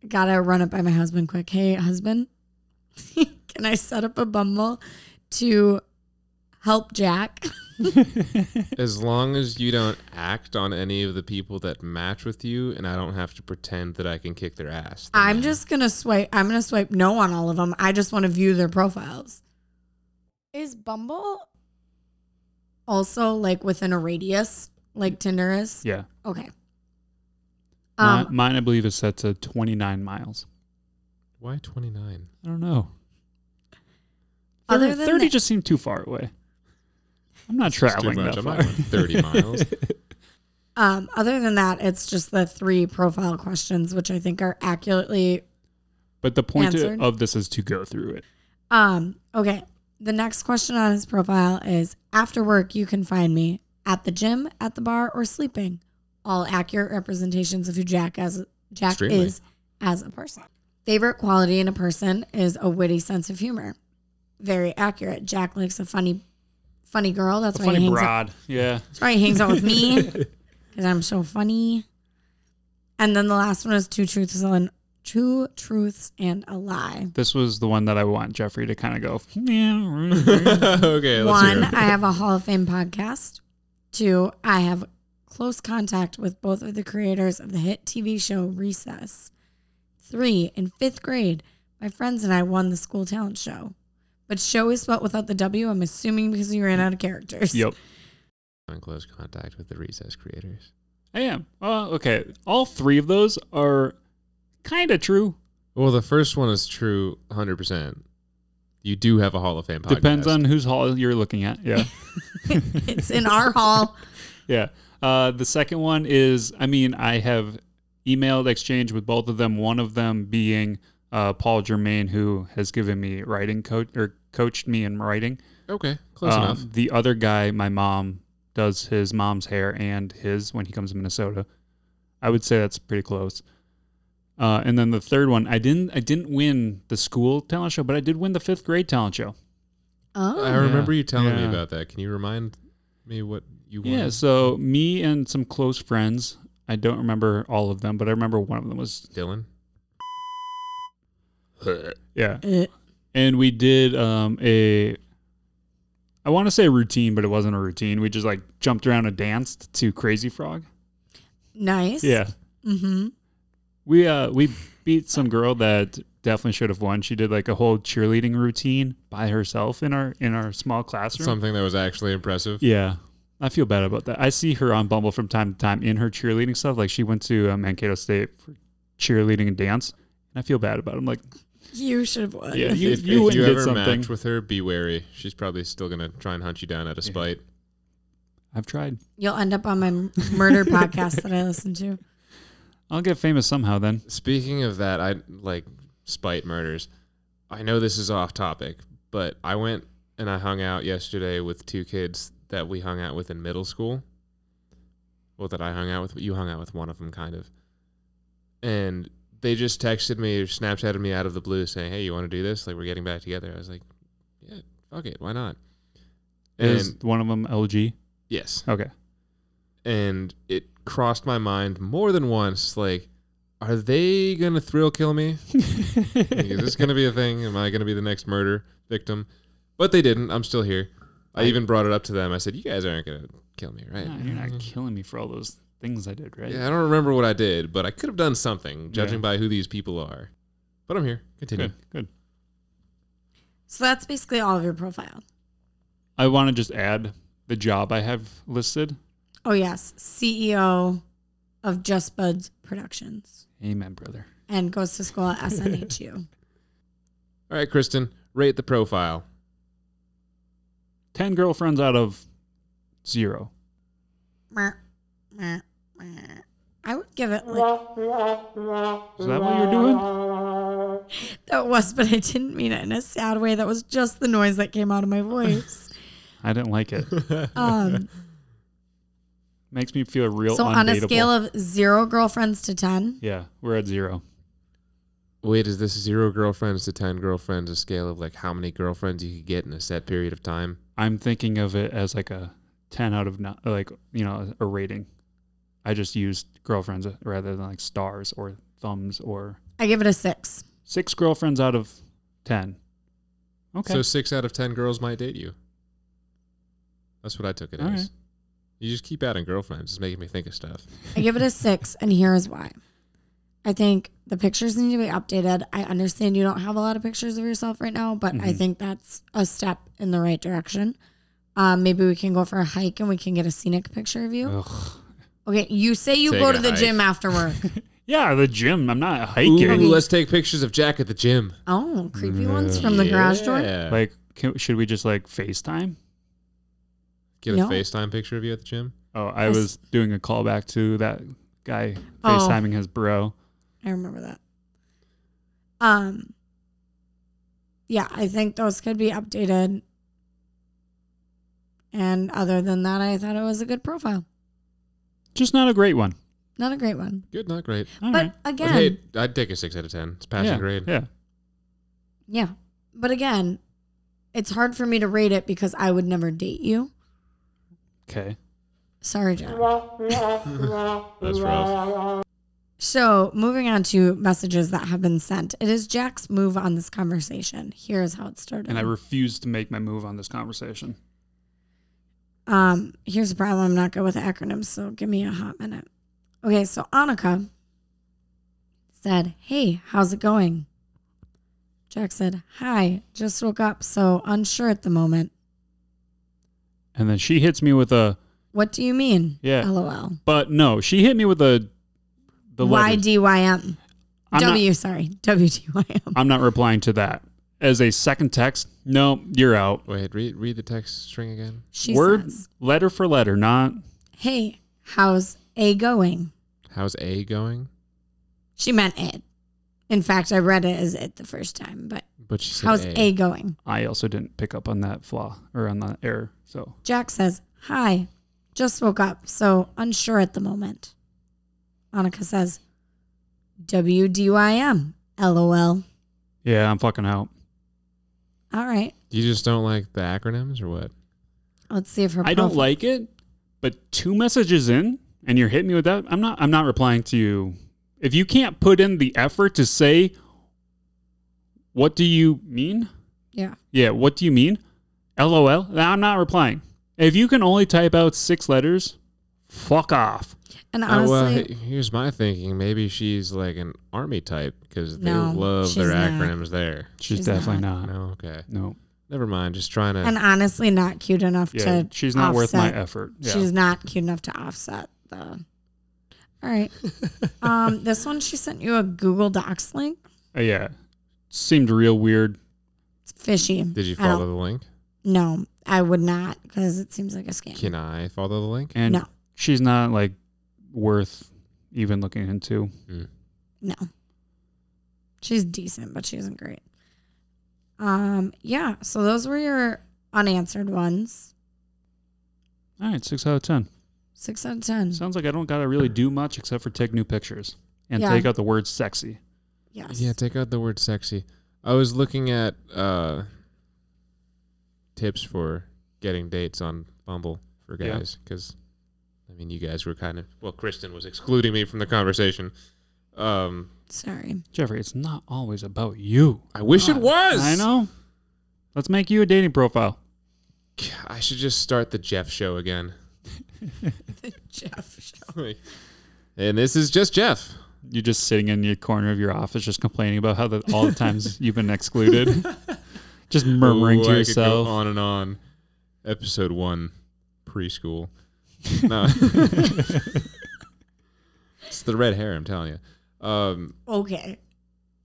F: gotta run it by my husband quick. Hey, husband, can I set up a bumble to help Jack?
E: As long as you don't act on any of the people that match with you, and I don't have to pretend that I can kick their ass. then
F: I'm just gonna swipe. I'm gonna swipe no on all of them. I just want to view their profiles. Is Bumble also like within a radius, like Tinder is?
B: Yeah.
F: Okay.
B: Mi-
F: Um,
B: mine, I believe, is set to 29 miles.
E: Why 29?
B: I don't know.
F: Other
B: 30,
F: than
B: 30
F: that-
B: just seemed too far away. I'm not
E: It's
B: traveling that
E: I'm
B: far.
E: not going 30 miles.
F: um, other than that, it's just the three profile questions, which I think are accurately
B: But the point i-
F: Answered.
B: of this is to go through it.
F: Um, okay. The next question on his profile is after work you can find me at the gym, at the bar, or sleeping. All accurate representations of who Jack as Jack
E: Extremely.
F: is as a person. Favorite quality in a person is a witty sense of humor. Very accurate. Jack likes a funny funny girl. That's
B: A
F: why he
B: funny
F: hangs out.
B: broad. Yeah.
F: That's why he hangs out with me. Because I'm so funny. And then the last one is two truths and two truths and a lie.
B: This was the one that I want Jeffrey to kind of go, yeah.
E: okay, let's
F: One,
E: hear it.
F: I have a Hall of Fame podcast. Two, I have close contact with both of the creators of the hit TV show Recess. three, in fifth grade, my friends and I won the school talent show. But show is spelled without the W, I'm assuming because we ran out of characters.
B: Yep.
E: in close contact with the recess creators.
B: I am. Well, okay. All three of those are kind of true.
E: Well, the first one is true, hundred percent. You do have a Hall of Fame. Podcast.
B: Depends on whose hall you're looking at. Yeah.
F: it's in our hall.
B: Yeah. Uh, the second one is, I mean, I have emailed exchange with both of them. One of them being uh, Paul Germain, who has given me writing coach or coached me in writing.
E: Okay, close
B: Um,
E: enough.
B: The other guy, my mom, does his mom's hair and his when he comes to Minnesota. I would say that's pretty close. Uh, and then the third one, I didn't, I didn't win the school talent show, but I did win the fifth grade talent show.
E: I
F: Oh,
E: remember you telling me
B: Yeah.
E: about that. Can you remind me what you wanted?
B: Yeah, so me and some close friends. I don't remember all of them, but I remember one of them was
E: Dylan.
B: yeah.
F: Eh.
B: And we did um, a, I want to say routine, but it wasn't a routine. We just like jumped around and danced to Crazy Frog.
F: nice.
B: Yeah,
F: Mm-hmm.
B: we uh we beat some girl that definitely should have won. She did like a whole cheerleading routine by herself in our in our small classroom.
E: Something that was actually impressive.
B: Yeah. I feel bad about that. I see her on Bumble from time to time in her cheerleading stuff. Like she went to uh, Mankato State for cheerleading and dance. And I feel bad about it. I'm like,
F: You should have won.
B: Yeah, you-
E: If you,
B: went
E: if you
B: and did
E: ever
B: something.
E: match with her, be wary. She's probably still gonna try and hunt you down out of spite.
B: I've tried.
F: You'll end up on my murder podcast that I listen to.
B: I'll get famous somehow then.
E: Speaking of that, I like spite murders. I know this is off topic, but I went and I hung out yesterday with two kids that we hung out with in middle school. Well, that I hung out with, but you hung out with one of them, kind of. And they just texted me or Snapchatted me out of the blue saying, Hey, you want to do this? Like, we're getting back together. I was like, Yeah, fuck it. Why not?
B: Is
E: And
B: one of them LG?
E: yes
B: Okay.
E: and it crossed my mind more than once like are they gonna thrill kill me Like, is this gonna be a thing am i gonna be the next murder victim but they didn't i'm still here i, even brought it up to them i said you guys aren't gonna kill me right Mm-hmm.
B: Nah, you're not killing me for all those things I did, right?
E: Mm. yeah i don't remember what i did but i could have done something judging
B: Yeah.
E: by who these people are but i'm here continue
B: Good. Good.
F: So that's basically all of your profile.
B: I want to just add the job I have listed.
F: Oh, yes. CEO of Just Buds Productions
B: Amen, brother.
F: and goes to school at SNHU.
E: all right kristen rate the profile
B: 10 girlfriends out of zero.
F: Meh, meh, meh. I would give it like
B: Is that what you're doing?
F: that was, but I didn't mean it in a sad way. That was just the noise that came out of my voice.
B: I didn't like it.
F: Um,
B: Makes me feel real
F: so on a
B: undateable.
F: scale of zero girlfriends to ten,
B: Yeah, we're at zero.
E: wait is this zero girlfriends to ten girlfriends a scale of like how many girlfriends you could get in a set period of time
B: I'm thinking of it as like a 10 out of not like you know a rating. I just used girlfriends uh, rather than like stars or thumbs or
F: I give it a six.
B: six girlfriends out of 10. Okay.
E: So six out of ten girls might date you. That's what I took it
B: All
E: as.
B: right.
E: You just keep adding girlfriends. It's making me think of stuff.
F: I give it a six, and here is why. I think the pictures need to be updated. I understand you don't have a lot of pictures of yourself right now, but I
E: Mm-hmm.
B: Mhm.
F: think that's a step in the right direction. Um, maybe we can go for a hike and we can get a scenic picture of you.
B: Ugh.
F: Okay, you say you
E: Uh, Take
F: go
E: a
F: to the
E: hike.
F: gym after work.
B: Yeah, the gym. I'm not
E: Ooh,
B: hiking.
E: let's take pictures of Jack at the gym.
F: oh, creepy ones from the garage door.
E: Mm, Yeah.
B: Like can, should we just like FaceTime?
E: Get a
F: No.
E: FaceTime picture of you at the gym.
B: Oh, I
F: Yes.
B: was doing a callback to that guy
F: Oh.
B: FaceTiming his bro.
F: I remember that. Um, yeah, I think those could be updated. And other than that, I thought it was a good profile.
B: Just not a great one.
F: Not a great one.
E: Good, not great.
B: All
F: but
B: right.
E: But
F: again,
E: hey, I'd take a six out of ten. It's passing
B: yeah,
E: grade.
B: Yeah.
F: yeah. But again, it's hard for me to rate it because I would never date you.
B: Okay.
F: Sorry, John.
E: That's rough.
F: So, moving on to messages that have been sent. It is Jack's move on this conversation. Here's how it started.
B: And I refuse to make my move on this conversation.
F: Um, here's the problem. I'm not good with acronyms, so give me a hot minute. Okay, so Annika said, Hey, how's it going? Jack said, Hi, just woke up, so unsure at the moment.
B: And then she hits me with a,
F: What do you mean?
B: Yeah.
F: LOL.
B: but no, she hit me with a, the letters.
F: YDYM.
B: I'm not-
F: W, sorry. WDYM.
B: I'm not replying to that. As a second text, no, you're out.
E: Wait, read read the text string again.
F: She
B: Word,
F: says,
B: letter for letter, not.
F: Hey, how's A going?
E: How's A going?
F: She meant it. In fact, I read it as it the first time, but
E: But she said
F: how's
E: A.
F: A going?
B: I also didn't pick up on that flaw or on that error. So
F: Jack says, Hi, just woke up, so unsure at the moment. Annika says, WDYM, LOL.
B: yeah, I'm fucking out.
F: All right,
E: You just don't like the acronyms or what?
F: let's see if her
B: I don't
F: profi-
B: like it, but two messages in and you're hitting me with that. I'm not. I'm not replying to you. If you can't put in the effort to say, what do you mean?
F: Yeah,
B: Yeah, what do you mean? LOL. Nah, I'm not replying. If you can only type out six letters, fuck off.
F: and
E: Oh, well,
F: honestly,
E: he- here's my thinking. Maybe she's like an army type because they
F: No,
E: love their
F: she's not.
E: acronyms there.
B: She's,
F: She's
B: definitely not.
E: No, okay.
B: No.
E: Never mind. Just trying to.
F: and honestly, not cute enough
B: Yeah,
F: to.
B: she's not worth my
F: offset-
B: effort. Yeah.
F: She's not cute enough to offset the. All right, um, this one she sent you a Google Docs link.
B: Uh, yeah. Seemed real weird.
F: It's fishy.
E: did you
F: I don't-
E: follow the link?
F: No, I would not because it seems like a scam.
E: Can I follow the link?
B: And
F: No.
B: she's not like worth even looking into.
F: No. She's decent, but she isn't great. Um, yeah, so those were your unanswered ones.
B: All right, six out of ten.
F: Six out of ten.
B: Sounds like I don't gotta really do much except for take new pictures and
F: Yeah.
B: take out the word sexy.
F: yes.
E: Yeah, take out the word sexy. I was looking at uh, tips for getting dates on Bumble for
B: Yeah.
E: guys because, I mean, you guys were kind of well. Kristen was excluding me from the conversation. Um,
F: Sorry.
B: Jeffrey, it's not always about you.
E: I wish
B: Oh.
E: it was.
B: I know. Let's make you a dating profile.
E: I should just start the Jeff show again.
F: Jeff.
E: and this is just Jeff.
B: You're just sitting in your corner of your office, just complaining about how that all the times you've been excluded, just murmuring
E: Ooh,
B: to
E: I could go
B: yourself.
E: on and on. Episode one, preschool. no, it's the red hair. I'm telling you. Um,
F: Okay.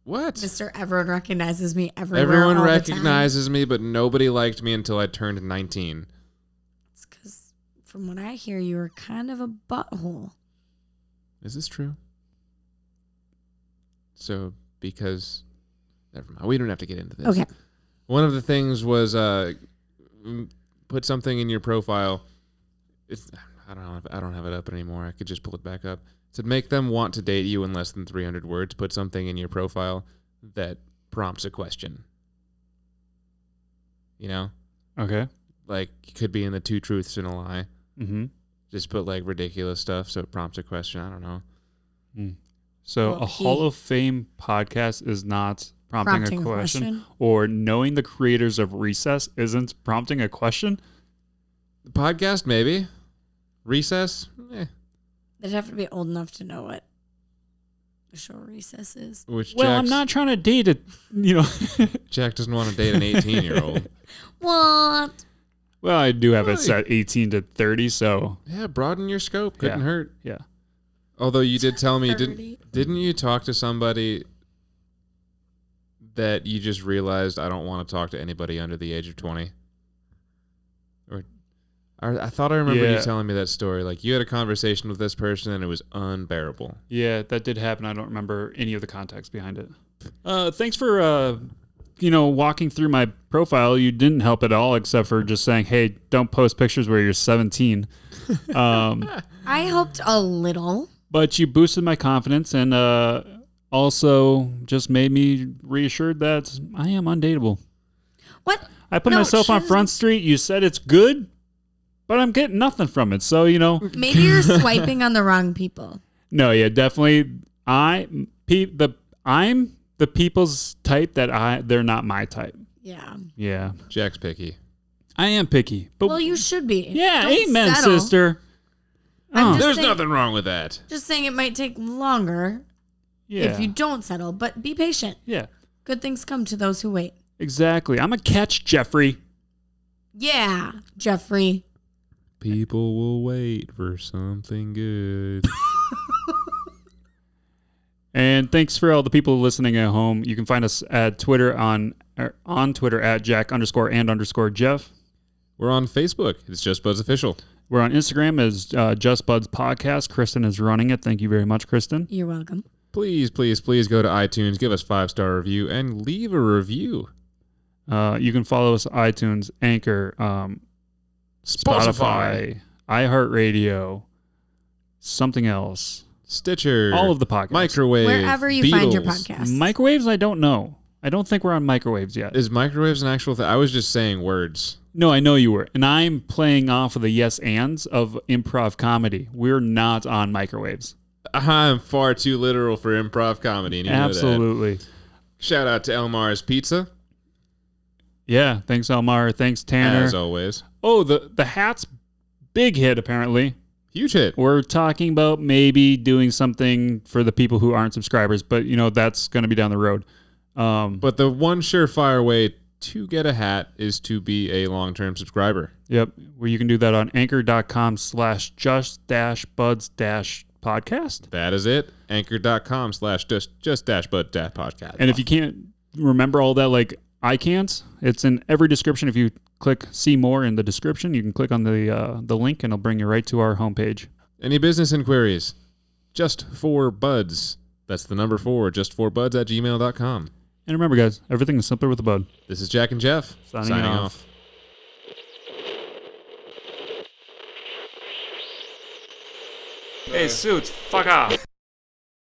E: what?
F: Mr. Everyone recognizes me everywhere.
E: Everyone
F: all the time.
E: recognizes me, but nobody liked me until I turned 19.
F: It's because from what I hear, you were kind of a butthole.
E: Is this true? So, because, never mind. We don't have to get into this.
F: Okay.
E: One of the things was uh, m- put something in your profile. It's I don't have, I don't have it up anymore. I could just pull it back up. It said make them want to date you in less than 300 words. Put something in your profile that prompts a question. You know,
B: Okay.
E: like it could be in the two truths and a lie.
B: Mm-hmm.
E: Just put like ridiculous stuff so it prompts a question. I don't know.
B: So
F: Well,
B: a
F: he-
B: Hall of Fame podcast is not prompting,
F: Prompting
B: a
F: a
B: question,
F: question.
B: or knowing the creators of Recess isn't prompting a question.
E: The podcast maybe. Recess? Eh.
F: They'd have to be old enough to know what the show recess is.
E: Which
B: Well, I'm
E: Jack's-
B: not trying to date it, you know.
E: Jack doesn't want to date an 18 year old.
F: What?
B: well, I do have it
E: Really?
B: set 18 to 30, so
E: Yeah, broaden your scope. Couldn't
B: Yeah.
E: hurt.
B: yeah.
E: Although you did tell me,
F: Thirty.
E: didn't didn't you talk to somebody that you just realized I don't want to talk to anybody under the age of twenty? Or I, I thought I remember
B: Yeah.
E: you telling me that story. Like you had a conversation with this person and it was unbearable.
B: Yeah, that did happen. I don't remember any of the context behind it. Uh, thanks for uh, you know walking through my profile. You didn't help at all, except for just saying, "Hey, don't post pictures where you're 17." um,
F: I helped a little.
B: but you boosted my confidence and uh, also just made me reassured that I am undateable.
F: What?
B: I put
F: No,
B: myself on
F: she
B: Front Street. You said it's good, but I'm getting nothing from it. So you know,
F: Maybe you're swiping on the wrong people.
B: No, yeah, definitely. I pe- the I'm the people's type that I they're not my type.
F: Yeah.
B: Yeah,
E: Jack's picky.
B: I am picky, but
F: well, you should be.
B: yeah,
F: Don't
B: amen,
F: settle.
B: sister.
F: I'm
B: Oh.
F: just
E: There's
F: saying,
E: nothing wrong with that.
F: Just saying it might take longer.
B: Yeah.
F: if you don't settle, but be patient.
B: yeah.
F: Good things come to those who wait.
B: Exactly. I'm a catch, Jeffrey.
F: Yeah, Jeffrey.
E: People will wait for something good.
B: And thanks for all the people listening at home. You can find us at Twitter on er, on Twitter at Jack underscore and underscore Jeff.
E: We're on Facebook. It's just Buzz Official.
B: We're on Instagram as uh, Just Buds Podcast. Kristen is running it. Thank you very much, Kristen.
F: You're welcome.
E: Please, please, please go to iTunes, give us five star review, and leave a review.
B: Uh, you can follow us on iTunes, Anchor, um, Spotify, iHeartRadio, something else.
E: Stitcher,
B: All of the podcasts.
E: microwave,
F: Wherever you find your
E: Beatles.
F: podcast.
B: Microwaves, I don't know. I don't think we're on microwaves yet.
E: Is microwaves an actual thing? I was just saying words.
B: No, I know you were. And I'm playing off of the yes ands of improv comedy. We're not on microwaves.
E: I'm far too literal for improv comedy. And you Know that.
B: Absolutely.
E: Shout out to Elmar's Pizza,
B: Yeah. Thanks, Elmar. Thanks,
E: as
B: Tanner.
E: always.
B: Oh, the, the hat's big hit, apparently.
E: Huge hit.
B: We're talking about maybe doing something for the people who aren't subscribers, but, you know, that's going to be down the road. Um,
E: But the one surefire way to get a hat is to be a long term subscriber.
B: Yep. Where you can do that on anchor.com slash just dash buds dash podcast.
E: That is it. Anchor.com slash just just dash but dash podcast.
B: And if you can't remember all that, like I can't, it's in every description. If you click see more in the description, you can click on the uh, the link and it'll bring you right to our homepage.
E: Any business inquiries? Just for buds. That's the number four, just for buds at gmail.com.
B: And remember, guys, everything is simpler with a bud.
E: This is Jack and Jeff
B: Signing off.
A: Hey, suits, fuck off.